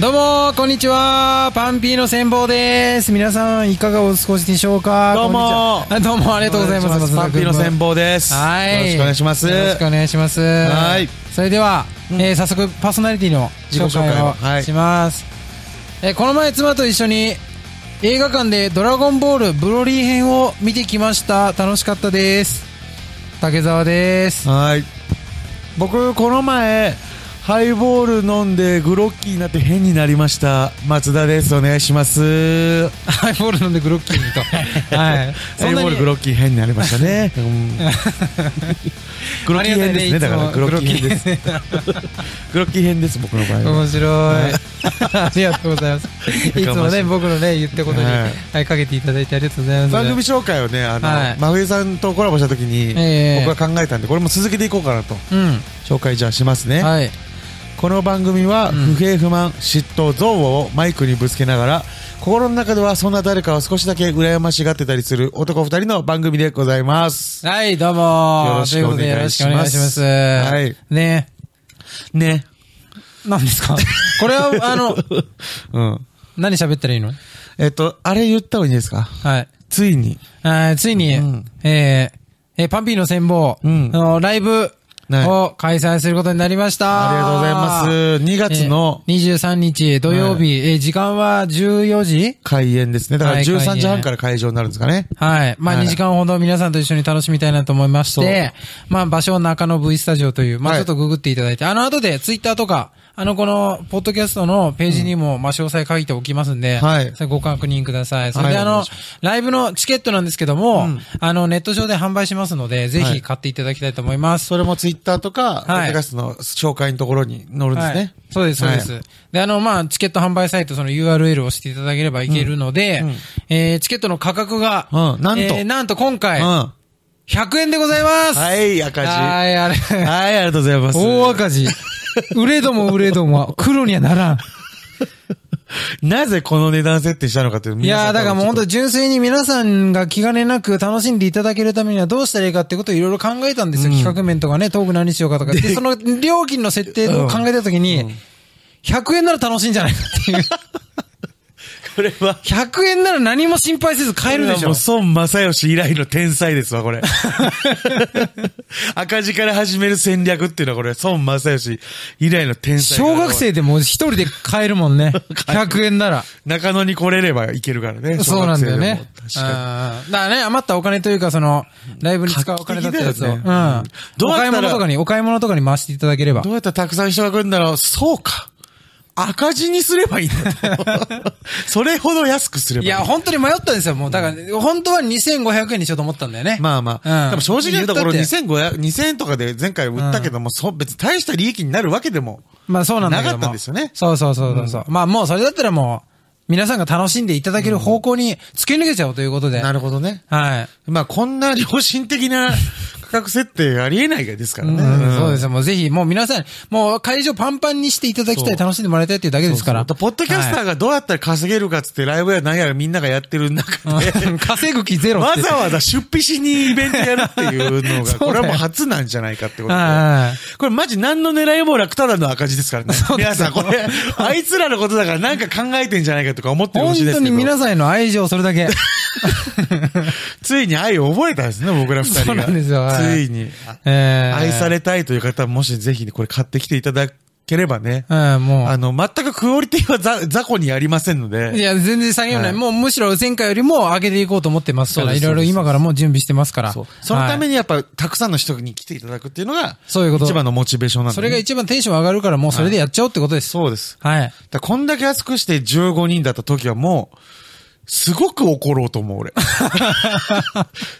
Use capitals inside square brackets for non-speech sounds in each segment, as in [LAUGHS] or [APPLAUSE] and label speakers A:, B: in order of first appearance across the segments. A: どうもこんにちはパンピーの戦坊です皆さんいかがお過ごしでしょうか
B: どうも
A: こんにちはあどうもありがとうございます
B: パンピーの戦法です。
A: はい
B: よろしくお願いします。
A: よろしくお願いします
B: はい
A: それでは、えー早速パーソナリティの紹
B: 自己紹介を
A: 介
B: は
A: を
B: い
A: します、えーこの前妻と一緒に映画館で「ドラゴンボールブロリー編」を見てきました楽しかったです竹澤 [LAUGHS] です
B: はい。僕この前ハイボール飲んでグロッキーになって変になりました。松田です。お願いします。
A: ハイボール飲んでグロッキーに
B: [LAUGHS]
A: とはい
B: ハイボールグロッキー変になりました [LAUGHS] ね。うんグロッキー変ですね。だからグロッキー変です。
A: す
B: [LAUGHS] グロッキー変です僕の場合は。
A: 面白いありがとうございますいつもね僕のね言ったことに、
B: はい
A: はい、かけていただいてありがとうございます
B: 番組紹介をね、あの、
A: はい
B: 真冬さんとコラボした時に、
A: ええ
B: 僕が考えたんで、これも続けていこうかなと。
A: うん
B: 紹介じゃあしますね。
A: はい
B: この番組は不
A: ん
B: 平不満、嫉妬、憎悪をマイクにぶつけながら心の中ではそんな誰かを少しだけ羨ましがってたりする男二人の番組でございます。
A: はい、どうも
B: よろしくお願いします
A: とうことでよろしくお願いします。
B: はい
A: ね
B: ね。
A: 何で
B: [LAUGHS]
A: すかこれは、あの、
B: うん。
A: 何喋ったらいいの
B: えっと、あれ言った方がいいですか
A: はい。
B: ついに。
A: あーついに、
B: うん
A: えーえーパンピーの戦法、
B: うん
A: あのライブ
B: はい
A: を開催することになりました。
B: ありがとうございます。2
A: えー。
B: 月の
A: 23日土曜日、えー時間は14時
B: 開演ですね。だから
A: は
B: 13
A: い
B: 時
A: 開
B: 半
A: 演
B: から会場になるんですかね。
A: はい。まあ、
B: はい
A: 2時間ほど皆さんと一緒に楽しみたいなと思いまして、まあ、場所は中野 V スタジオという、まあ、
B: はい
A: ちょっとググっていただいて、あの後でツイッターとか、あの、この、ポッドキャストのページにも、まあ、詳細書いておきますんで、
B: はい
A: それご確認ください。それで、
B: はい
A: あ
B: お願
A: の
B: いしま、
A: ライブのチケットなんですけども、あの、ネット上で販売しますので、ぜ
B: は
A: ひ
B: い
A: 買っていただきたいと思います。
B: それもツイッターとか、ポッドキャストの紹介のところに載るんです
A: はい
B: ね。
A: そうです、そうです。
B: はい
A: で、あの、まあ、チケット販売サイト、その URL を押していただければいけるので、
B: うんうん
A: えーチケットの価格が、
B: うんなんと
A: えーなんと今回、
B: うん。
A: 100円でございます
B: はい、赤字。は
A: はい、あれ。
B: い、ありがとうございます。
A: 大赤字。売れども売れどもは黒にはならん。
B: なぜこの値段設定したのかっていう。
A: いやー、だからもう本
B: に
A: 当純粋に皆さんが気兼ねなく楽しんでいただけるためにはどうしたらいいかってことをいろいろ考えたんですよ。企画面とかね、トーク何しよう
B: [LAUGHS]
A: かとか。で、その料金の設定を考えたときに、100円なら楽しいんじゃないかっていう。
B: これは。
A: 100円なら何も心配せず買えるでし
B: も
A: ょ
B: う。孫正義以来の天才ですわ、これ。 [LAUGHS] 赤字から始める戦略っていうのはこれ、孫正義以来の天才。
A: 小学生でも一人で買えるもん [LAUGHS] ね。100円なら。
B: 中野に来れればいけるからね。
A: そうなんだよ
B: 小
A: ね
B: 学生でも。確かに。
A: あーだからね、余ったお金というか、その、ライブに使うお金だったやつを。
B: 画期
A: うん
B: 的だよね。
A: お
B: どうや
A: 買い
B: ったら
A: 物とかに、お買い物とかに回していただければ
B: ど。うやったらたくさん人が来るんだろう。そうか。赤字にすればいいんだと。 [LAUGHS] それほど安くすれば
A: いや、本当に迷ったんですよ、もう。だから、本当は2500円にしようと思ったんだよね。
B: まあま
A: う
B: あ。
A: ん
B: でも正直言ったところ
A: 言った
B: 2500、2000円とかで前回売ったけども、そう別に大した利益になるわけでも。
A: まあそうなんだけ
B: なか
A: ども。
B: ったんですよね
A: そうそうそうそうそう。まあもうそれだったらもう、皆さんが楽しんでいただける方向に突き抜けちゃおうということで。
B: なるほどね。
A: はい。
B: まあ、こんな良心的
A: [LAUGHS]
B: な価格設定ありえないですからね。。
A: うんそうですす。もうぜひ、もう皆さん、もう会場パンパンにしていただきたい、
B: そう
A: 楽しんでもらいたいっていうだけですから。
B: そうポッドキャスターがどうやったら稼げるかっつって、ライブや何やらみんながやってる [LAUGHS] 中で、
A: はい稼ぐ気ゼロっ
B: わ
A: て。
B: ざわざ出費しにイベントやるっていうのが、
A: [LAUGHS] そうだよ
B: これはもう初なんじゃないかってこと
A: はい
B: で。
A: はいはい
B: これマジ何の狙いもなくただの赤字ですからね。
A: そうです
B: 皆さ
A: よ
B: んこれ、
A: [LAUGHS]
B: あいつらのことだからなんか考えてんじゃないかとか思ってほ
A: 本
B: しいで
A: 当
B: すけ
A: に
B: ど、
A: 皆さんへの愛情、それ
B: [LAUGHS]
A: だけ。
B: ついに愛を覚えたんですね、僕ら二人が。
A: そうなんですよはい
B: ついに。
A: えー
B: 愛さ。れたいという方はもしぜひこれ買ってきていただければね。
A: うん、も
B: あの、全くクオリティはざ雑魚にありませんの
A: う。い
B: で。
A: や、全然下げようない。
B: はい
A: もうむしろ前回よりも上げていこうと思ってますから、
B: そうで
A: い
B: す
A: ろいろ今からもう準備してますから。
B: そうそのため
A: に、
B: にやっぱ、たくさんの人に来ていただくっていうのが、
A: そういうこと
B: 一番のモチベーションなんで、
A: そ
B: ね。
A: れが一番テンション上がるから、もうそれでやっちゃおうってことです。
B: そうです。
A: はい。
B: だからこんだけ安くして15人だった時はもう、すごく怒ろうと思
A: [LAUGHS]
B: う、俺。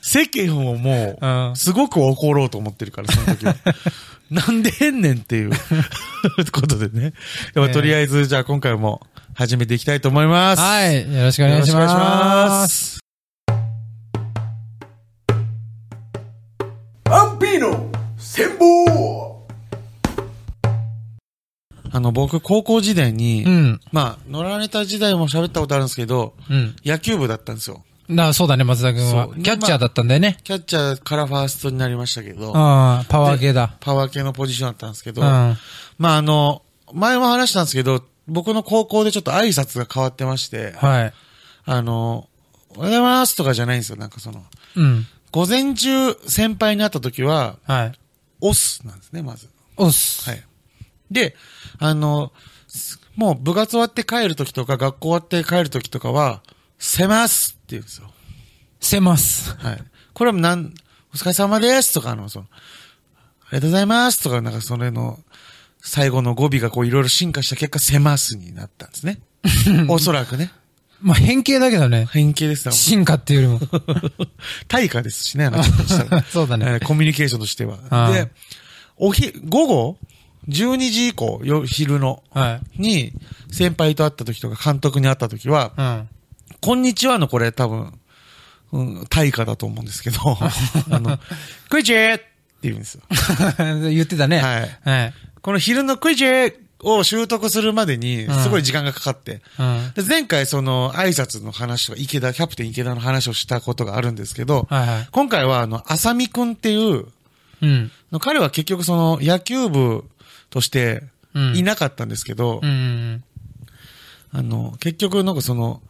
B: 世間をも
A: う
B: う、
A: ん
B: すごく怒ろうと思ってるから、その時
A: [LAUGHS]
B: は。なんで変ねんっていう、ことでね。でもとりあえず、じゃあ今回も始めていきたいと思います。
A: はい。よろしくお
B: よ
A: 願
B: ろ
A: い
B: し
A: し
B: くお願いし
A: ま。
B: ますす。
C: アンピーの戦法
B: あの、僕、高校時代に、
A: うん。
B: まあ、野良ネタ時代も喋ったことあるんですけど、
A: うん。
B: 野球部だったんですよ。
A: な、そうだね、松田君は
B: そう。
A: キャッチャーだったんだよね。
B: キャッチャーからファーストになりましたけど、
A: ああ、パワー系だ。
B: パワー系のポジションだったんですけど、
A: うん。
B: まああの、前も話したんですけど、僕の高校でちょっと挨拶が変わってまして、
A: はい。
B: あの、おはようございますとかじゃないんですよ。なんかその、
A: うん。
B: 午前中先輩に会った時は、
A: はい。
B: オスなんですね、まず。
A: おっす。
B: はい。で、あの、すもう部活終わって帰る時とか、学校終わって帰る時とかは、せますって言うんですよ。
A: せます。
B: はい。これはなん、お疲れ様ですとか、あの、その、ありがとうございますとか、なんかそれの、最後の語尾がこういろいろ進化した結果、せますになったんですね。おそらくね。
A: まあ、変形だけどね。
B: 変形ですよ。
A: 進化っていうよりも。
B: [LAUGHS] 対価ですしね、あの人たちは
A: [LAUGHS] そうだね
B: えーコミュニケーションとしては。
A: ああ
B: で、おひ、午後、12時以降、よ昼の、
A: はい。
B: に、先輩と会った時とか、監督に会った時は、
A: うん。 [LAUGHS]
B: こんにちはのこれ多分、うん、対価だと思うんですけ
A: [LAUGHS]
B: ど、あの、クイチーって言うんですよ。
A: 言ってたね。
B: はい
A: はい。
B: この昼のクイチーを習得するまでに、
A: うん
B: すごい時間がかかって、
A: うん。
B: で前回その挨拶の話とか、池田、キャプテン池田の話をしたことがあるんですけど、
A: はいはい。
B: 今回はあの、浅見くんっていう、
A: うん。
B: 彼は結局その野球部として
A: うん
B: いなかったんですけど、
A: うん。
B: あの、結局なんかその、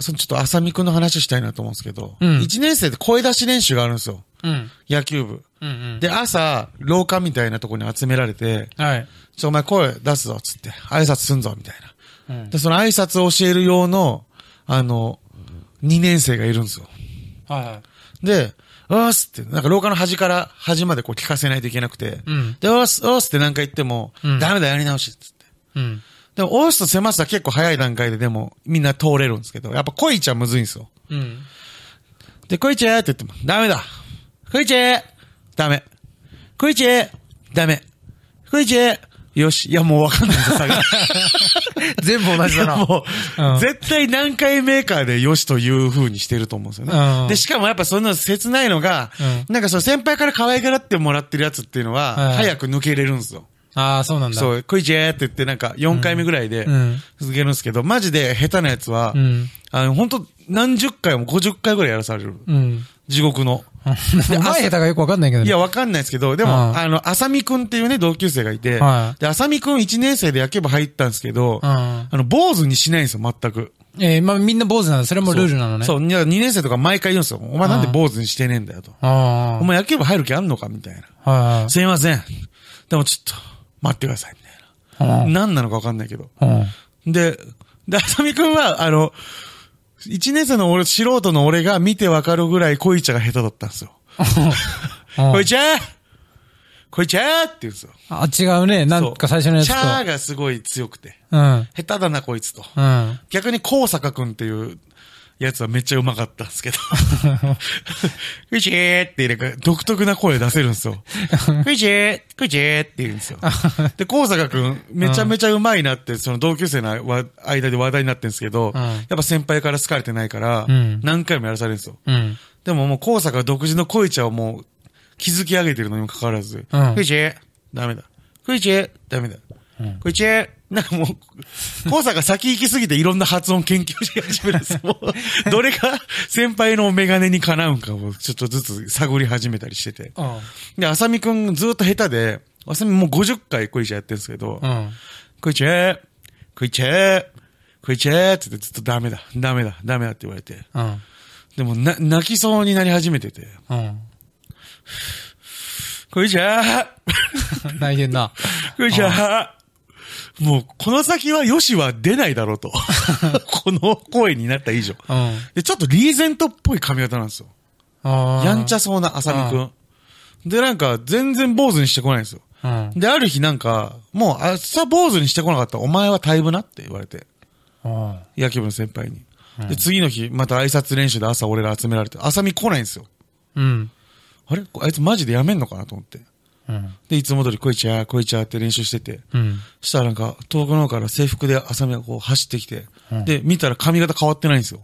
B: そのちょっと浅見くんの話したいなと思うんですけど、
A: うん
B: 1年生で声出し練習があるんですよ。
A: うん。
B: 野球部。
A: うん。
B: で、朝、廊下みたいなとこに集められて、
A: はい。
B: ちょ、お前声出すぞ、つって、挨拶すんぞ、みたい
A: うん
B: な。で、その挨拶を教える用の、あの、2年生がいるんですよ。
A: はいはい。
B: で、おーすって、なんか廊下の端から端までこう聞かせないといけなくて、
A: うん
B: で、おーす、おーすって何回言っても、
A: うん
B: ダメだ、やり直し、つって。
A: うん。
B: でも、おーすと狭さは結構早い段階ででも、みんな通れるんですけど、やっぱ恋ちゃんむずいんですよ。
A: うん。
B: で、こいちーって言っても、ダメだ。こいちーダメ。こいちーダメ。こいちーよし。いや、もうわかんないぞ、差が。
A: [LAUGHS] 全部同じだな。
B: もう、
A: うん
B: 絶対何回メーカーでよしという風にしてると思うんですよね。
A: うん
B: で、しかもやっぱそんな切ないのが、
A: う
B: なんかその先輩から可愛がらってもらってるやつっていうのは、
A: はい
B: 早く抜けれるんですよ。
A: ああ、そうなんだ。う。
B: そう、クイチェーって言ってなんか4回目ぐらいで
A: うん
B: 続けるんですけど、マジで下手なやつは、
A: うん
B: あの、本当何十回も50回ぐらいやらされる。
A: うん。
B: 地獄の。
A: 前下手がよくわかんないけどね。
B: いや、わかんないですけど、で
A: う
B: も、
A: ん
B: あの、浅見くんっていうね、同級生がいて、
A: はい
B: で、浅見くん1年生で野球部入ったんですけど、
A: うん
B: あの、坊主にしないんですよ、全く。
A: えー、まあみんな坊主なんだ。それもルールなのね。。
B: そうう、2年生とか毎回言うんですよ。お前なんで坊主にしてねえんだよと。
A: あ
B: お前野球部入る気あんのかみたいな。
A: あ。はい
B: すいません。でもちょっと、待ってください、みたいな。
A: うん
B: 何なのかわかんないけど。
A: はい。うん。
B: で、で、浅見くんは、あの、1年生の俺、素人の俺が見てわかるぐらい恋茶が下手だったんですよ。
A: うん
B: 恋茶恋茶って言うんですよ。
A: あ、違うね。なんか最初のやつ
B: チ
A: と。
B: ャーがすごい強くて。
A: うん。
B: 下手だな、こいつと。
A: うん。
B: 逆に、高坂くんっていうやつはめっちゃうまかったんですけ
A: [LAUGHS]
B: ど。クイチーって入れ替え独特な声出せるんです
A: [LAUGHS]
B: よ。クイチークイチーって言うんですよ。で、高坂くん、めちゃめちゃうまいなって、その同級生のわ間で話題になってるんですけど、
A: うん
B: やっぱ先輩から好かれてないから、
A: うん
B: 何回もやらされるんですよ。
A: うん。
B: でももう高坂は独自の恋茶をもう築き上げてるのにもかかわらず、
A: うん
B: クイチェダメだ。クイチェダメだ。クイチェなんかもう、高坂先行きすぎていろんな発音研究し始めるん
A: [LAUGHS]
B: ですもうどれが先輩のメガネにかなうんかをちょっとずつ探り始めたりしてて。
A: うん。
B: で、浅見くんずっと下手で、浅見もう50回クイチェやってるんですけど、
A: うん。
B: クイチェクイチェクイチェって言ってずっとダメだ、ダメだ、ダメだって言われて。
A: うん。
B: でもな、泣きそうになり始めてて。
A: [LAUGHS] うん。
B: これじゃあ、
A: 泣いてんな。
B: これじゃあ、もうこの先はよしは出ないだろう
A: [LAUGHS]
B: と。この声になった以上。
A: うん。
B: で、ちょっとリーゼントっぽい髪型なんですよ。
A: あー
B: やんちゃ。そうな浅見くん。で、なんか全然坊主にしてこないんですよ。
A: うん。
B: で、ある日なんか、もう明日坊主にしてこなかったらお前は退部なって言われて。
A: うん。
B: 野球部の先輩に。で、次の日、また挨拶練習で朝俺ら集められて、浅見来ないんですよ。
A: うん。
B: あれあいつマジでやめんのかなと思って。
A: うん。
B: で、いつも通りこいちゃー、こいちゃーって練習してて。
A: うん。
B: そしたらなんか、遠くの方から制服で浅見がこう走ってきて、で、見たら髪型変わってないんですよ。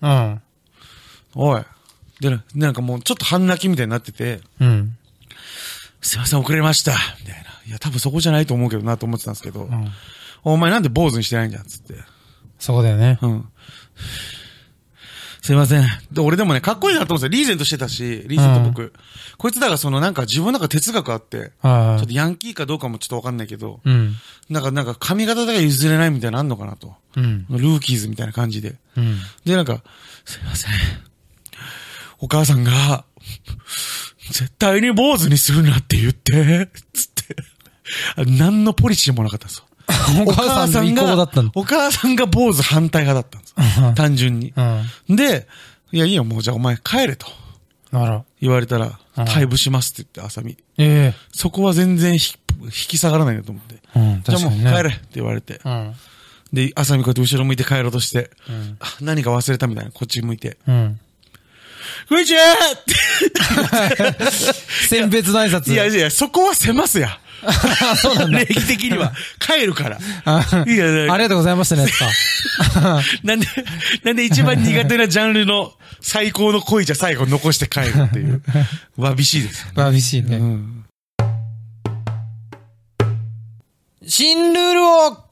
A: うん。
B: おい。で、ななんかもうちょっと半泣きみたいになってて、
A: うん。
B: すいません、遅れました。みたいな。いや、多分そこじゃないと思うけどなと思ってたんですけど、お前なんで坊主にしてないんじゃん、つって。
A: そこだよね。
B: うん。すいません。で、俺でもね、かっこいいなと思ってた。リーゼントしてたし、リーゼント僕。こいつだからそのなんか自分の中で哲学あって、
A: はい
B: ちょっとヤンキーかどうかもちょっとわかんないけど、
A: うん。
B: なんかなんか髪型だけは譲れないみたいなのあんのかなと。
A: うん。
B: ルーキーズみたいな感じで。
A: うん。
B: で、なんか、すいません。お母さんが、絶対に坊主にするなって言って、つって。あ何のポリシーもなかったんですよ。
A: [LAUGHS] お母さんの意向だったの。
B: お母さんが坊主反対派だったんです
A: [LAUGHS] う
B: よ
A: ん。
B: 単純に。
A: うん。
B: で、いや、いいよ、もうじゃあお前帰れと
A: なら。
B: 言われたら、
A: うん
B: 退部しますって言って、浅見。
A: え
B: そこは全然ひ引き下がらないなと思って。
A: えうん。
B: じゃあ
A: 確
B: も
A: か
B: う
A: に
B: 帰
A: ね。
B: れって言われて。
A: うん。
B: で、浅見こうやって後ろ向いて帰ろうとして、
A: ん
B: あ何か忘れたみたいな、こっち向いて。
A: うん。
B: こんにちはっ
A: 選別の挨
B: て。
A: 拶。
B: いやいや、そこはせますや。 [LAUGHS] そうなんだ。礼儀的に [LAUGHS] は。帰るから。
A: [LAUGHS] あ
B: いやいや
A: ありがとうございましたね、や [LAUGHS] つか。
B: なんで、なんで一番苦手なジャンルの最高の恋じゃ最後残して帰るっていう。わびしいですよね。
A: わびしいね。
B: うん。
A: 新ルールを考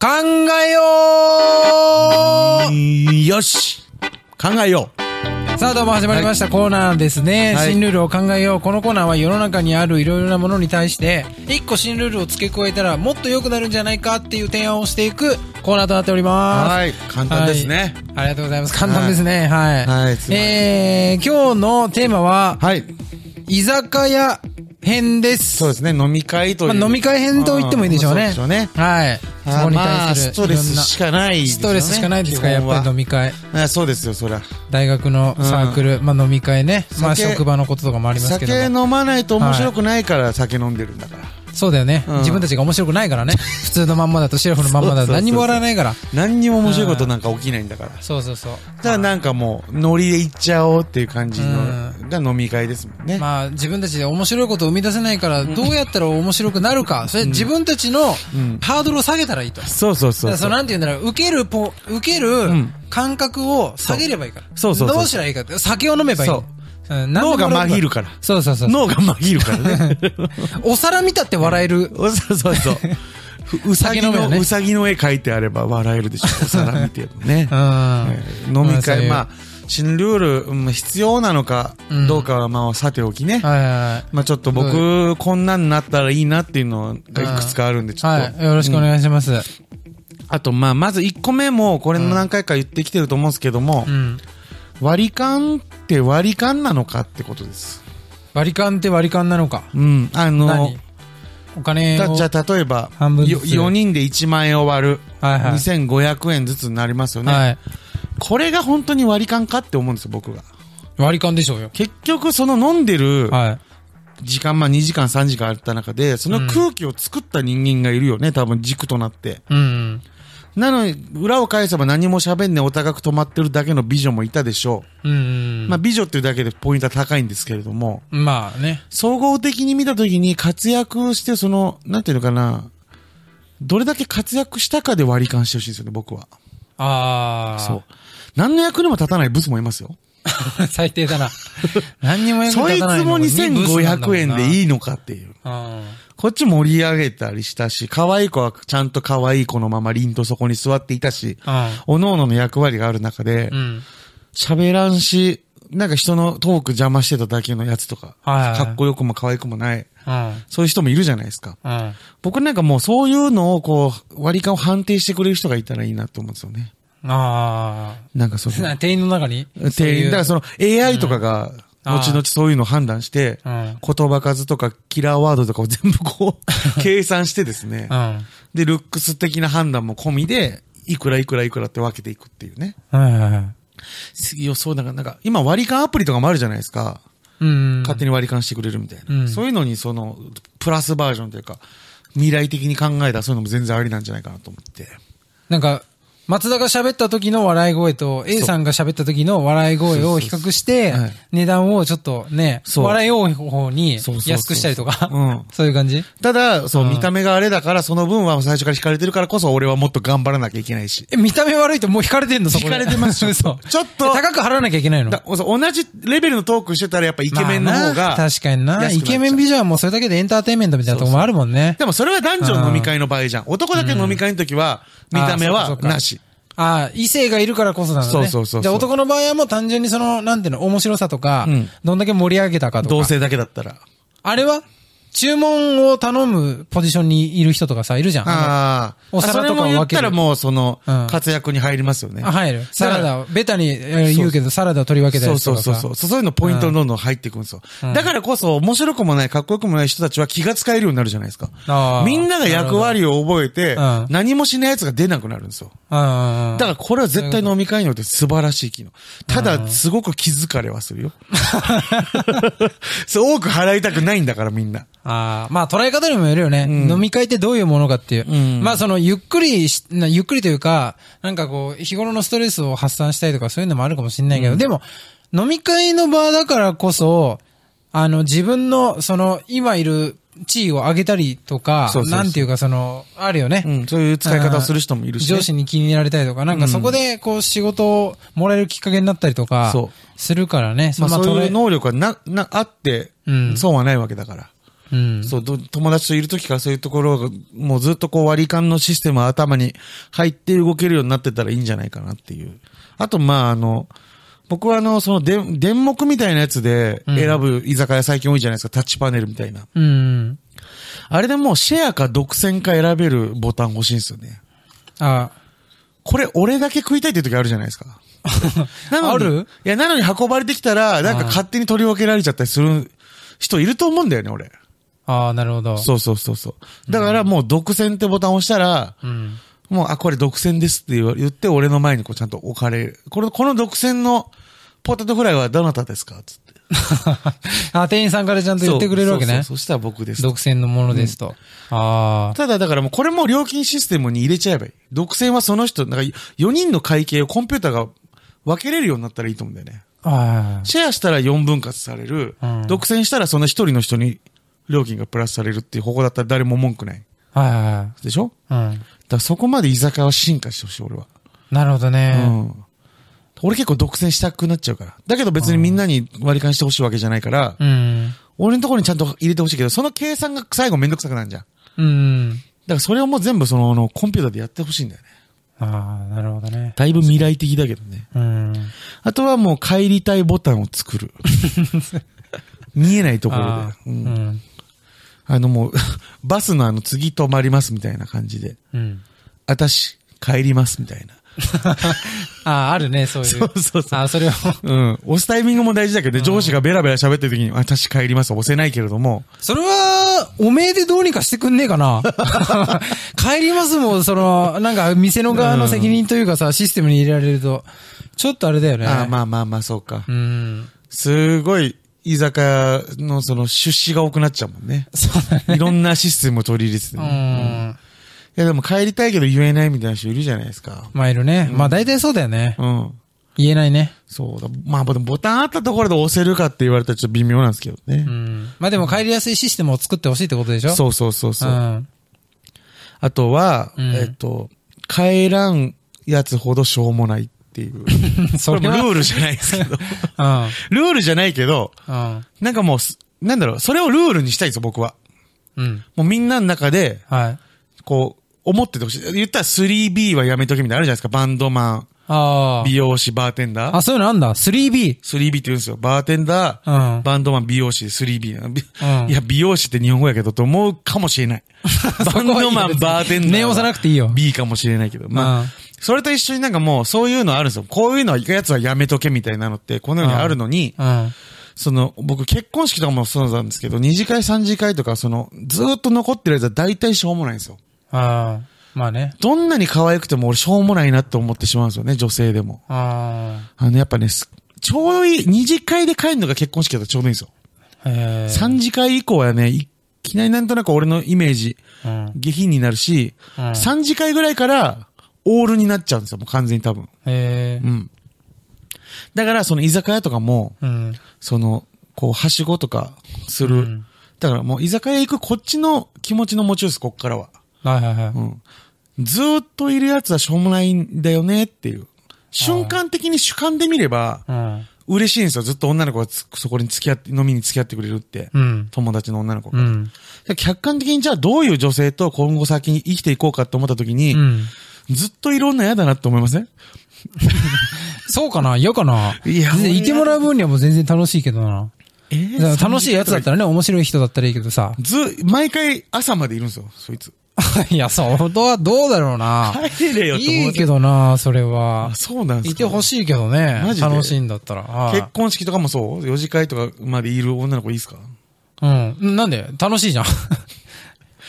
A: えよ
B: よし考えよう
A: うさあどうも始まりました、コーナーですね、
B: はい
A: 新ルールを考えよう。このコーナーは世の中にあるいろいろなものに対して、一個新ルールを付け加えたらもっと良くなるんじゃないかっていう提案をしていくコーナーとなっております。
B: はい。簡単ですね。
A: ありがとうございます。簡単ですね。はい。
B: はいつまり
A: えー、今日のテーマは、
B: はい。
A: 居酒屋編です。
B: そうですね。飲み会という。
A: まあ飲み会編と言ってもいいでしょうね。
B: んそうでしょうね。
A: はい。
B: あー
A: そこに
B: まあ、
A: 対す
B: ス
A: る
B: トレス
A: い
B: しかない、
A: ろんなストレスしかないですから、やっぱり飲
B: み。
A: み会。
B: あそうですよ、そりゃ。
A: 大学のサークル、まあ飲み会ね。まあ
B: 酒
A: 職場のこととかもありますけど
B: 酒
A: も。
B: 飲まないと面白くないから酒飲んでるんだから。
A: そうだよね、
B: うん
A: 自分たちが面白くな
B: [LAUGHS]
A: いからね。普通のまんまだと、シラフのまんまだと
B: そうそうそうそう
A: 何も笑わないから。
B: 何にも面白いことなんか起きないんだから。だ
A: そうそうそう。
B: からなんかもう、ノリで行っちゃおうっていう感じの
A: う、
B: が飲み会ですもんね。
A: まあ自分たちで面白いことを生み出せないから、どうやったら面白くなるか。それ自分たちの
B: うん
A: ハードルを下げたらいいと。
B: そうそう
A: だ
B: そ
A: か
B: う
A: らそ
B: そう
A: の。なんて言うんだろう、受けるポ、受ける
B: ん
A: 感覚を下げればいいから。
B: そうそうそうそう
A: どうしたらいいかって、酒を飲めばいい。。
B: そう
A: ん、
B: 脳が紛るか
A: か
B: ら。
A: そうそうそう。
B: 脳が紛るから
A: [LAUGHS]
B: ね。
A: お皿見たって笑える。
B: そうそうそう。ふうさぎ
A: [LAUGHS] 酒飲めよね
B: の、うさぎの絵描いてあれば笑えるで
A: [LAUGHS]
B: しょ。お皿見てもね。
A: うん。
B: 飲み
A: そうい
B: 会、
A: う
B: まあ、新ルールうん、必要なのか
A: うん
B: どうかは、まあ、さておきね。
A: はいはいはい。
B: まあ、ちょっと
A: ど
B: 僕、こんなんなったらいいなっていうのがいくつかあるんで、ちょっと。
A: はい。よろしくお
B: うん
A: 願いします。
B: あと、まあ、まず1個目も、これも何回か言ってきてると思うんですけども
A: う、ん。
B: 割り勘って割り勘なのかってことです。
A: 割り勘って割り勘なのか。
B: うん。あの
A: 何、お金
B: た
A: を。
B: じゃあ例えば、
A: 半分ずつ
B: 4人で1万円を割る。
A: はいはい
B: 2500円ずつになりますよね。
A: はい。
B: これが本当に割り勘かって思うんですよ、僕が。
A: 割り勘でしょうよ。
B: 結局、その飲んでる、
A: はい。
B: 時間、まあ2時間3時間あった中で、その空気を作った人間がいるよね、多分軸となって。
A: うんうん。
B: なのに、裏を返せば何も喋んねえお高く止まってるだけの美女もいたでしょ
A: うん
B: う。
A: うん。
B: まあ美女っていうだけでポイントは高いんですけれども、
A: まあね。
B: 総合的に見たときに活躍して、その、なんていうのかな、どれだけ活躍したかで割り勘してほしいんですよね、僕は。
A: ああ。
B: そう。。何の役にも立たないブスもいますよ。
A: 最低だな。何にも役に
B: そいつ
A: 立たない
B: も2500円で
A: い。
B: いいのかっていう。
A: うん。
B: こっち盛り上げたりしたし、可愛い子はちゃんと可愛い子のまま凛とそこに座っていたし、おのおのの役割がある中で
A: う、ん。
B: 喋、らんし、なんか人のトーク邪魔してただけのやつとか、
A: はいはい
B: かっこよくも可愛くもない、
A: うん。
B: そういう人もいるじゃないですか。
A: うん。
B: 僕なんかもうそういうのをこう、割り勘を判定してくれる人がいたらいいなと思うんですよね。
A: あ
B: なんかそ
A: [LAUGHS] あ。
B: の、
A: な店員の中にそう
B: 店
A: い
B: 員、だ
A: う
B: からその AI とかが、
A: あー
B: 後々そういうのを判断して、
A: うん。
B: 言葉数とかキラーワードとかを全部こう、
A: [LAUGHS]
B: 計算してですね。
A: うん。
B: で、ルックス的な判断も込みで、いくらいくらいくらって分けていくっていうね。
A: はいはいはい。
B: 予想なんか、なんか、今割り勘アプリとかもあるじゃないですか。
A: うん。
B: 勝手に割り勘してくれるみたいな。
A: うん
B: そういうのに、その、プラスバージョンというか、未来的に考えたらそういうのも全然ありなんじゃないかなと思って。
A: なんか、松田が喋った時の笑い声と、A さんが喋った時の笑い声を比較し
B: そ
A: て
B: うそうそうはい、
A: 値段をちょっとね、
B: そう
A: 笑い多い方に
B: そうそうそう
A: 安くしたりとか
B: うん、
A: そういう感じ
B: ただ、そう、
A: うん
B: 見た目があれだから、その分は最初から惹かれてるからこそ、俺はもっと頑張らなきゃいけないし。
A: え、見た目悪いともう引かれてんの [LAUGHS] そこ
B: 引かれてます
A: 嘘。
B: ちょっと
A: え高く払わなきゃいけないの
B: だそう同じレベルのトークしてたら、やっぱイケメンの方
A: まあ
B: が。
A: な確かにな。
B: 安くなっちゃう
A: イケメン美女はもうそれだけでエンターテインメントみたいなとこもあるもんね。
B: でもそれは男女の飲み会の場合じゃん。男だけの飲み会の時は、見た目
A: あ
B: は
A: ーそうかそうか
B: なし。
A: ああ、異性がいるからこそなんだね。
B: そうそうそうそう
A: じゃあ男の場合はもう単純にその、なんていうの、面白さとか、
B: うん
A: どんだけ盛り上げたかとか。
B: 同性だけだったら。
A: あれは注文を頼むポジションにいる人とかさ、いるじゃん。
B: ああ。
A: お皿
B: それ
A: とか
B: も
A: を分け
B: 言った
A: る
B: らもうその
A: うん、
B: 活躍に入りますよね。
A: あ入る。サラ
B: だか
A: ダを、ベタにえー言うけど、サラダを取り分けた
B: そ
A: り
B: う
A: と
B: そう
A: かさ。
B: そうそう。そういうのポイントにどんどん入っていくんですよ。だからこそ、面白くもない、かっこよくもない人たちは気が使えるようになるじゃないですか
A: あ。ー
B: みんなが役割を覚えて
A: なるほどうん、
B: 何もしない奴が出なくなるんですよ。
A: うんうんうん。
B: だからこれは絶対飲み会において素晴らしい機能。ただ、すごく気づかれはするよ。 [LAUGHS] そう、多く払いたくないんだからみんな。
A: あ [LAUGHS] あ、まあ捉え方にもよるよね、飲み会ってどういうものかっていう。
B: ん
A: まあその、ゆっくりし、なゆっくりというか、なんかこう、日頃のストレスを発散したいとかそういうのもあるかもしれないけど、でも、飲み会の場だからこそ、あの、自分の、その、今いる地位を上げたりとか、
B: そうそうそう
A: なんていうかその、あるよね。
B: うん、そういう使い方をする人もいるしね。
A: 上司に気に入られたりとか、なんかそこで、こう、仕事をもらえるきっかけになったりとか
B: そう、
A: するからね。
B: まあ、
A: の
B: そういう
A: 捉え
B: 能力はな、な、あって
A: うん、
B: 損はないわけだから。
A: うん。
B: そう、ど友達といる時からそういうところが、もうずっとこう割り勘のシステムは頭に入って動けるようになってたらいいんじゃないかなっていう。あと、まあ、あの、僕はあの、その、で、電目みたいなやつで選ぶ居酒屋最近多いじゃないですか、タッチパネルみたいな。
A: うん。
B: あれでもうシェアか独占か選べるボタン欲しいんですよね。
A: あ [LAUGHS]
B: これ俺だけ食いたいっていう時あるじゃないですか。なのに
A: ある
B: いや、なのに運ばれてきたら、なんか勝手に取り分けられちゃったりする人いると思うんだよね、俺。
A: あー、なるほど。
B: そうそうそうそう。だからもう独占ってボタンを押したら、
A: うん。 [LAUGHS]
B: もう、あ、これ独占ですって言わ言って、俺の前にこうちゃんと置かれる。この、この独占のポテトフライはどなたですかつって。
A: あ、店員さんからちゃんと言ってくれるわけね。
B: そうそうそうそしたら僕です。
A: 独占のものですと。ああ。
B: ただだからもうこれも料金システムに入れちゃえばいい。独占はその人、なんか4人の会計をコンピューターが分けれるようになったらいいと思うんだよね。
A: あ
B: シェアしたら4分割される。
A: うん
B: 独占したらその1人の人に料金がプラスされるっていう方法だったら誰も文句ない。
A: あ。はいは
B: でしょ
A: いはい。うん。
B: だからそこまで居酒屋は進化してほしい、俺は。
A: なるほど
B: う
A: ね。
B: ん。俺結構独占したくなっちゃうから。だけど別にみんなに割り勘してほしいわけじゃないから、
A: うん。
B: 俺のところにちゃんと入れてほしいけど、その計算が最後めんどくさくなるじゃん。だ
A: うん。
B: からそれをもう全部その、あのコンピューターでやってほしいんだよね。
A: ああ、なるほどね。
B: だいぶ未来的だけどね。
A: うん。
B: あとはもう帰りたいボタンを作 [LAUGHS] る。見えないところで。
A: あ
B: あ,、
A: ーう
B: うん、
A: ん。
B: あのもう、バスのあの次止まりますみたいな感じで。
A: うん。
B: あたし、帰りますみたいな。
A: [LAUGHS] ああ、あるね、そういう。
B: そうそうそう
A: ああ、それを。
B: うん。押すタイミングも大事だけど、ね、上司がベラベラ喋ってる時に、あたし帰りますは押せないけれども、
A: それは、おめえでどうにかしてくんねえか [LAUGHS] な帰りますもん、その、なんか、店の側の責任というかさ、システムに入れられると、ちょっとあれだよね。
B: ああ、まあまあまあ、そうか。
A: うん。
B: すごい、居酒屋のその出資が多くなっちゃうもんね。
A: そうだね。
B: いろんなシステムを取り入れてて、
A: う
B: ね。
A: ん。
B: いやでも帰りたいけど言えないみたいな人いるじゃないですか。
A: まあ、いるね。まあ、大体そうだよね。
B: うん。
A: 言えないね。
B: そうだ。まあ、でもボタンあったところで押せるかって言われたらちょっと微妙なんですけどね。
A: うん。まあでも帰りやすいシステムを作ってほしいってことでしょう
B: そうそうそうそう。
A: ん。
B: あとは、
A: うん
B: えっと、帰らんやつほどしょうもないっていう。
A: [LAUGHS] それ
B: こ
A: は
B: れもルールじゃないです
A: [LAUGHS]
B: けど。
A: うん。
B: ルールじゃないけど、
A: うん。
B: なんかもうす、なんだろう、それをルールにしたいんですよ、僕は。
A: うん。
B: もうみんなの中で、
A: はい。
B: こう、思っててほしい。言ったら 3B はやめとけみたいなのあるじゃないですか。バンドマ
A: あ
B: ン、美容師、バーテン
A: あ。
B: ダ
A: あ、
B: ー。
A: そういうのあんだ。
B: 3B っ
A: 3B。
B: て言うんですよ。バーテンダ
A: う
B: ー、
A: ん。
B: バンドマン、美容師、3B なの。び
A: うん。
B: いや、美容師って日本語やけどと思うかもしれない
A: [LAUGHS]
B: バンドマン、バーテンダー。
A: 念押さなくていいよ
B: B かもしれないけど。まあ
A: うん、
B: それと一緒になんかもう、そういうのあるんですよ。こういうのは、やつはやめとけみたいなのって、このようにあるのに、
A: うん。
B: その、僕結婚式とかもそうなんですけど、二次会三次会とか、その、ずーっと残ってるやつは大体しょうもないんですよ。
A: ああ。まあね。
B: どんなに可愛くても俺しょうもないなって思ってしまうんですよね、女性でも。
A: あ
B: あの、やっぱね、すちょうどいい、二次会で帰るのが結婚式だとちょうどいいんですよ。
A: あ。へえ。
B: 三次会以降はね、いきなりなんとなく俺のイメージ、
A: うん。
B: 下品になるし、
A: うん
B: 三次会ぐらいから、オールになっちゃうんですよ、もう完全に多分。
A: へえ
B: う。ん。だから、その居酒屋とかも、
A: うん。
B: その、こう、はしごとかする。
A: うん
B: だからもう居酒屋行くこっちの気持ちの持ちよす、こっからは。
A: はいはいは
B: う
A: い。
B: ん。ずーっといるやつはしょうもないんだよねっていう。瞬間的に主観で見れば、
A: うん。
B: 嬉しいんですよ。ずっと女の子がつそこに付き合って、飲みに付き合ってくれるって。
A: うん。
B: 友達の女の子
A: う
B: が。
A: ん。
B: 客観的にじゃあどういう女性と今後先に生きていこうかって思った時に、
A: うん。
B: ずっといろんな嫌だなって思いません
A: そうかな嫌かない
B: いや
A: いてもらう分にはもう全然楽しいけどな。
B: え。
A: だから楽しいやつだったらね、面白い人だったらいいけどさ [LAUGHS]
B: ず、毎回朝までいるんですよ、そいつ。
A: いや、そう、本当はどうだろうな。
B: 帰れよって思
A: い
B: っ
A: い
B: て。
A: けどな、それは
B: あ。そうなんです
A: い
B: か
A: てほしいけどね
B: マ。ジで
A: 楽しいんだったら。はい
B: 結婚式とかもそう四次会とかまでいる女の子いいですか
A: うん。なんで楽しい
B: [LAUGHS]
A: じゃん。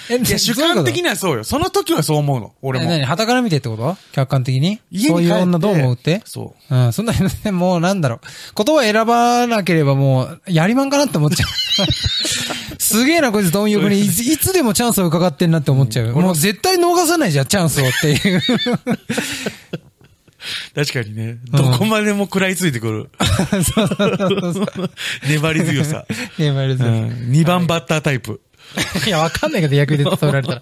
A: え、
B: いや、主観的
A: に
B: にはそうよ。その時はそう思うの。俺
A: え、
B: も。
A: 何旗から見てってこと客観的に
B: 家に帰って
A: そういう女どう思うって。
B: そう
A: ん、そんなに、もうなんだろう。言葉選ばなければもう、やりまんかなって思
B: [LAUGHS]
A: っちゃう。すげえな、こいつ貪欲にいつ、いつでもチャンスを伺ってんなって思っちゃう。もう絶対逃さないじゃん、チャンスをっ
B: [LAUGHS]
A: ていう。
B: 確かにね。どこまでも食らいついてく
A: [LAUGHS]
B: る。
A: そうそうそうそう。
B: [LAUGHS] 粘り強さ。
A: ねえ、マイルズ
B: う。ん二番バッタータイプ。
A: [LAUGHS] いや、わかんないけど、役で例えられたら。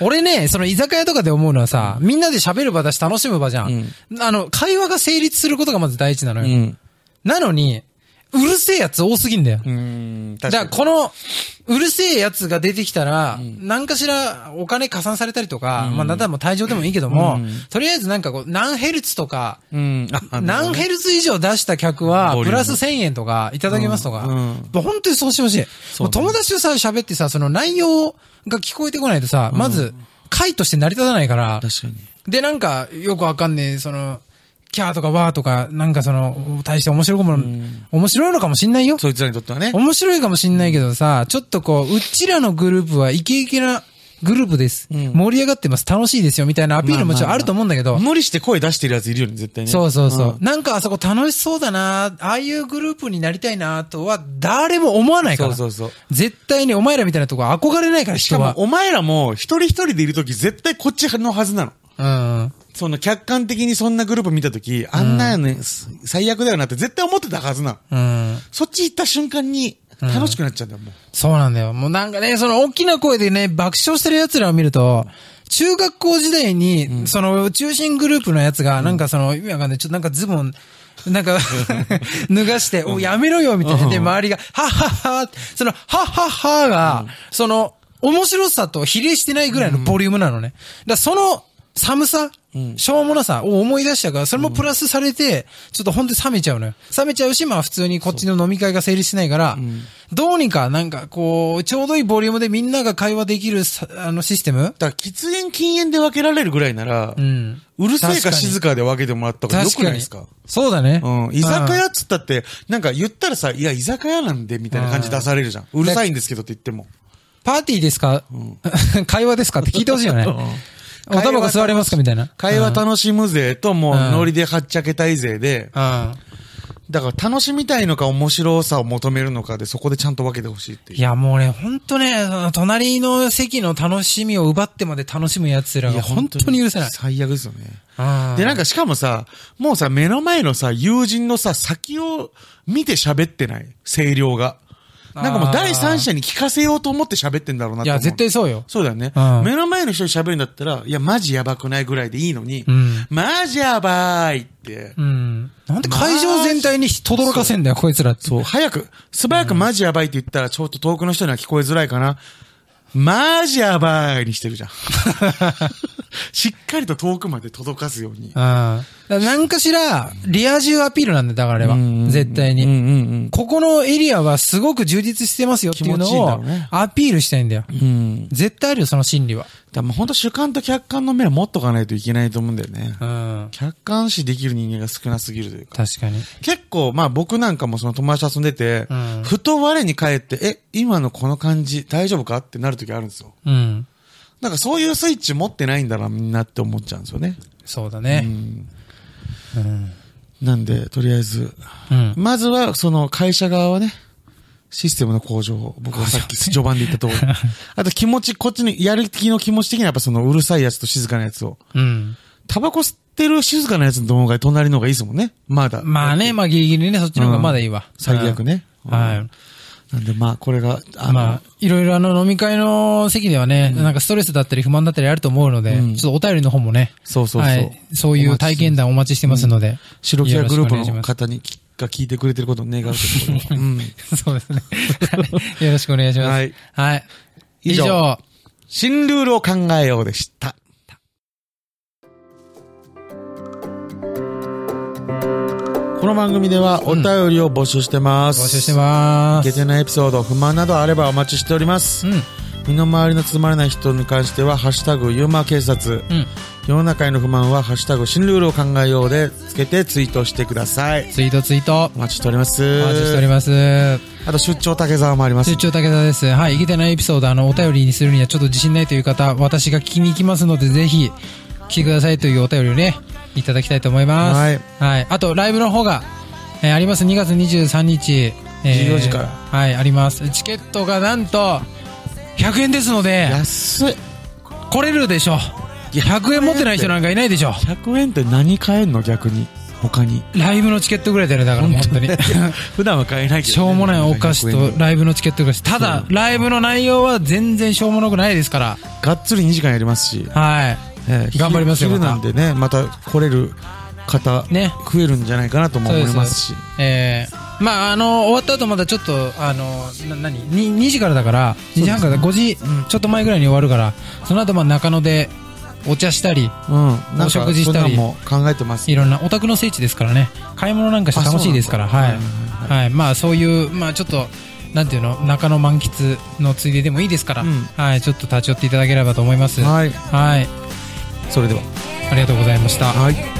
A: 俺ね、その居酒屋とかで思うのはさ、みんなで喋る場だし楽しむ場じゃん。あの、会話が成立することがまず第一なの
B: う
A: よ。
B: ん。
A: なのに、うるせえやつ多すぎんだよ。
B: うん。
A: じゃあ、この、うるせえやつが出てきたら、何かしらお金加算されたりとか、まあ、なんだらもう退場でもいいけども、とりあえずなんかこう、何ヘルツとか、
B: うん。あ
A: 何ヘルツ以上出した客は、プラス1000円とかいただけますとか、
B: うんうん
A: もう本当にそうしてほしい。
B: うね
A: もう友達とさ、喋ってさ、その内容が聞こえてこないとさ、まず、会として成り立たないから、
B: 確かに。
A: で、なんか、よくわかんねえ、その、キャーとかワーとか、なんかその、大して面白いもの、面白いのかもしんないよ。
B: そいつらにとってはね。
A: 面白いかもしんないけどさ、ちょっとこう、うちらのグループはイケイケなグループです。
B: うん
A: 盛り上がってます。楽しいですよ。みたいなアピールもちろんあると思うんだけど、
B: 無理して声出してるやついるよね、絶対ね。
A: そうそうそう。
B: ん。
A: なんかあそこ楽しそうだな、ああいうグループになりたいな、とは誰も思わないか
B: そ
A: ら。
B: うそうそう。
A: 絶対にお前らみたいなとこ憧れないから、
B: しか
A: 人
B: も
A: は、。
B: お前らも、一人一人でいるとき、絶対こっちのはずなの。
A: うん。
B: その、客観的にそんなグループ見たとき、あんなのね、最悪だよなって絶対思ってたはずなの。
A: うん。
B: そっち行った瞬間に、楽しくなっちゃうんだよ、もう。
A: そうなんだよ。もうなんかね、その大きな声でね、爆笑してる奴らを見ると、中学校時代に、その中心グループのやつが、なんかその、意味わかんない、ちょっとなんかズボン、なんか、脱がして、お、やめろよ、みたいな。で、周りが、はっはっは、その、はっはっはが、その、面白さと比例してないぐらいのボリュームなのね。だからその、寒さ、しょうもなさを思い出したから、それもプラスされて、ちょっと本当に冷めちゃうのよ。冷めちゃうし、まあ普通にこっちの飲み会が成立しないから、どうにかなんかこう、ちょうどいいボリュームでみんなが会話できるさあのシステム
B: だから、喫煙禁煙で分けられるぐらいなら、う
A: うん。
B: るせえ
A: 確か
B: か
A: に
B: 静かで分けてもらった方が良
A: 確
B: くな
A: か
B: い
A: に
B: ですか。
A: そうだね。
B: うん。居酒屋っつったって、なんか言ったらさ、いや、居酒屋なんで、みたいな感じ出されるじゃん。うるさいんですけどって言っても。
A: パーティーですか、 [LAUGHS] 会話ですかって聞いてほしいよね。
B: ん
A: おたばが座れますかみたいな。
B: 会話楽しむぜと、もう、
A: うん
B: ノリではっちゃけたいぜで、
A: うん。
B: だから楽しみたいのか面白さを求めるのかで、そこでちゃんと分けてほしいっていう。
A: いや、もうね、ほんとね、その隣の席の楽しみを奪ってまで楽しむ奴らが本当に許せない。
B: 最悪ですよね。
A: うん
B: で、なんかしかもさ、もうさ、目の前のさ、友人のさ、先を見て喋ってない声量が。なんかも
A: あー
B: う第三者に聞かせようと思って喋ってんだろうなっ
A: い
B: て思う。
A: や、絶対そうよ。
B: そうだよね
A: うん。
B: 目の前の人に喋るんだったら、いや、マジやばくないぐらいでいいのに
A: うん、
B: マジやばいって
A: う。ん。なんで会場全体に轟かせんだよ、こいつらって。
B: そう、早く、素早くマジやばいって言ったら、ちょっと遠くの人には聞こえづらいかな。マジやばいにしてるじゃ
A: [LAUGHS]
B: ん。しっかりと遠くまで届かすように。
A: ああ。なんかしら、リア充アピールなんだよ、だからあれは
B: うんう。ん
A: 絶対
B: うんう
A: に。
B: ん
A: ここのエリアはすごく充実してますよっていうの
B: 気持ちいいんだ
A: を
B: ろうね
A: アピールしたいんだよ。
B: うん。うん。
A: 絶対あるよ、その心理は。
B: だもう本当主観と客観の目を持っとかないといけないと思うんだよね。
A: うん。
B: 客観視できる人間が少なすぎるというか。
A: 確かに。
B: 結構、まあ僕なんかもその友達と遊んでて、
A: うん
B: ふと我に返って、え、今のこの感じ大丈夫かってなる時あるんですよ。
A: うん。
B: なんかそういうスイッチ持ってないんだな、みんなって思っちゃうんですよね。
A: そうだ
B: う
A: ね。
B: ん。
A: うん。
B: なんで、とりあえず、
A: うん。
B: まずはその会社側はね、システムの向上を、僕はさっき序盤で言った通り。
A: [LAUGHS]
B: あと気持ち、こっちのやる気の気持ち的にはやっぱそのうるさいやつと静かなやつを。
A: うん。
B: タバコ吸ってる静かなやつの方が隣の方がいいですもんね。まだ。
A: まあね、まあギリギリね、そっちの方がまだいいわ。
B: 最悪ね。
A: うん。はい。
B: なんでまあ、これが、あの、
A: まあ、いろいろあの飲み会の席ではね、なんかストレスだったり不満だったりあると思うので、
B: うん
A: ちょっとお便りの方もね、
B: そうそうそう。
A: はい、そういう体験談お待ちしてますので。
B: 白木屋グループの
A: 方。
B: 方にきが聞いてくれてることを願うところ。
A: [LAUGHS]
B: うん。
A: そうですね。 [LAUGHS] よろしくお願いします。は
B: はいい。
A: はい。以
B: 以
A: 上
B: 上新ルールを考えようでした。の番組ではお便りを募集してます。
A: 募集してま
B: いけ
A: す。
B: てないエピソード、不満などあればお待ちしております。
A: うん。
B: 身の回りのつまらない人に関しては、ハッシュタグ、ユーマー警察。
A: うん。
B: 世の中への不満は、ハッシュタグ、新ルールを考えようで、つけてツイートしてください。
A: ツイートツイート。
B: お待ちしております。
A: お待ちしております。
B: あと、出張竹沢もあります
A: 出。張武田です。はい、いけてないエピソード、あの、お便りにするにはちょっと自信ないという方、私が聞きに行きますので、ぜひ、来てくださいというお便りをね、いただきたいと思います。
B: はい。
A: はい。あと、ライブの方が、えーあります。2月23日。えー
B: 14時から
A: はい、あります。チケットがなんと、100円ですので、
B: 安い。
A: 来れるでしょ。100円持ってない人なんかいないでしょ。
B: 100円って何買えんの逆に。他に。
A: ライブのチケットぐらいだよね、だから本当に。 [LAUGHS]
B: 普段は買えないけどね、
A: しょうもないお菓子とライブのチケットぐらいです。ただ、ライブの内容は全然しょうもなくないですから。
B: がっつり2時間やりますし、
A: はい。
B: え
A: 頑張りますよ
B: 昼
A: また
B: なんでねまた来れる方、
A: ね
B: 増えるんじゃないかなとも思いますし
A: えー、まあ、あの、終わった後まだちょっと、あの、な、何に ?2 時からだから、2時半から5時、ちょっと前ぐらいに終わるから、その後まあ中野でお茶したり、
B: うんなん
A: お
B: か
A: 食事したり
B: そんなんも考えてます
A: いろんなオタクの聖地ですからね、買い物なんかして楽しいですから、
B: あそう
A: は。
B: ないんだ
A: はい。まあ、そういう、まあ、ちょっと、なんていうの、中野満喫のついででもいいですから、
B: うん
A: はい。ちょっと立ち寄っていただければと思います。
B: はい
A: はい。
B: それでは
A: ありがとうございました。
B: はい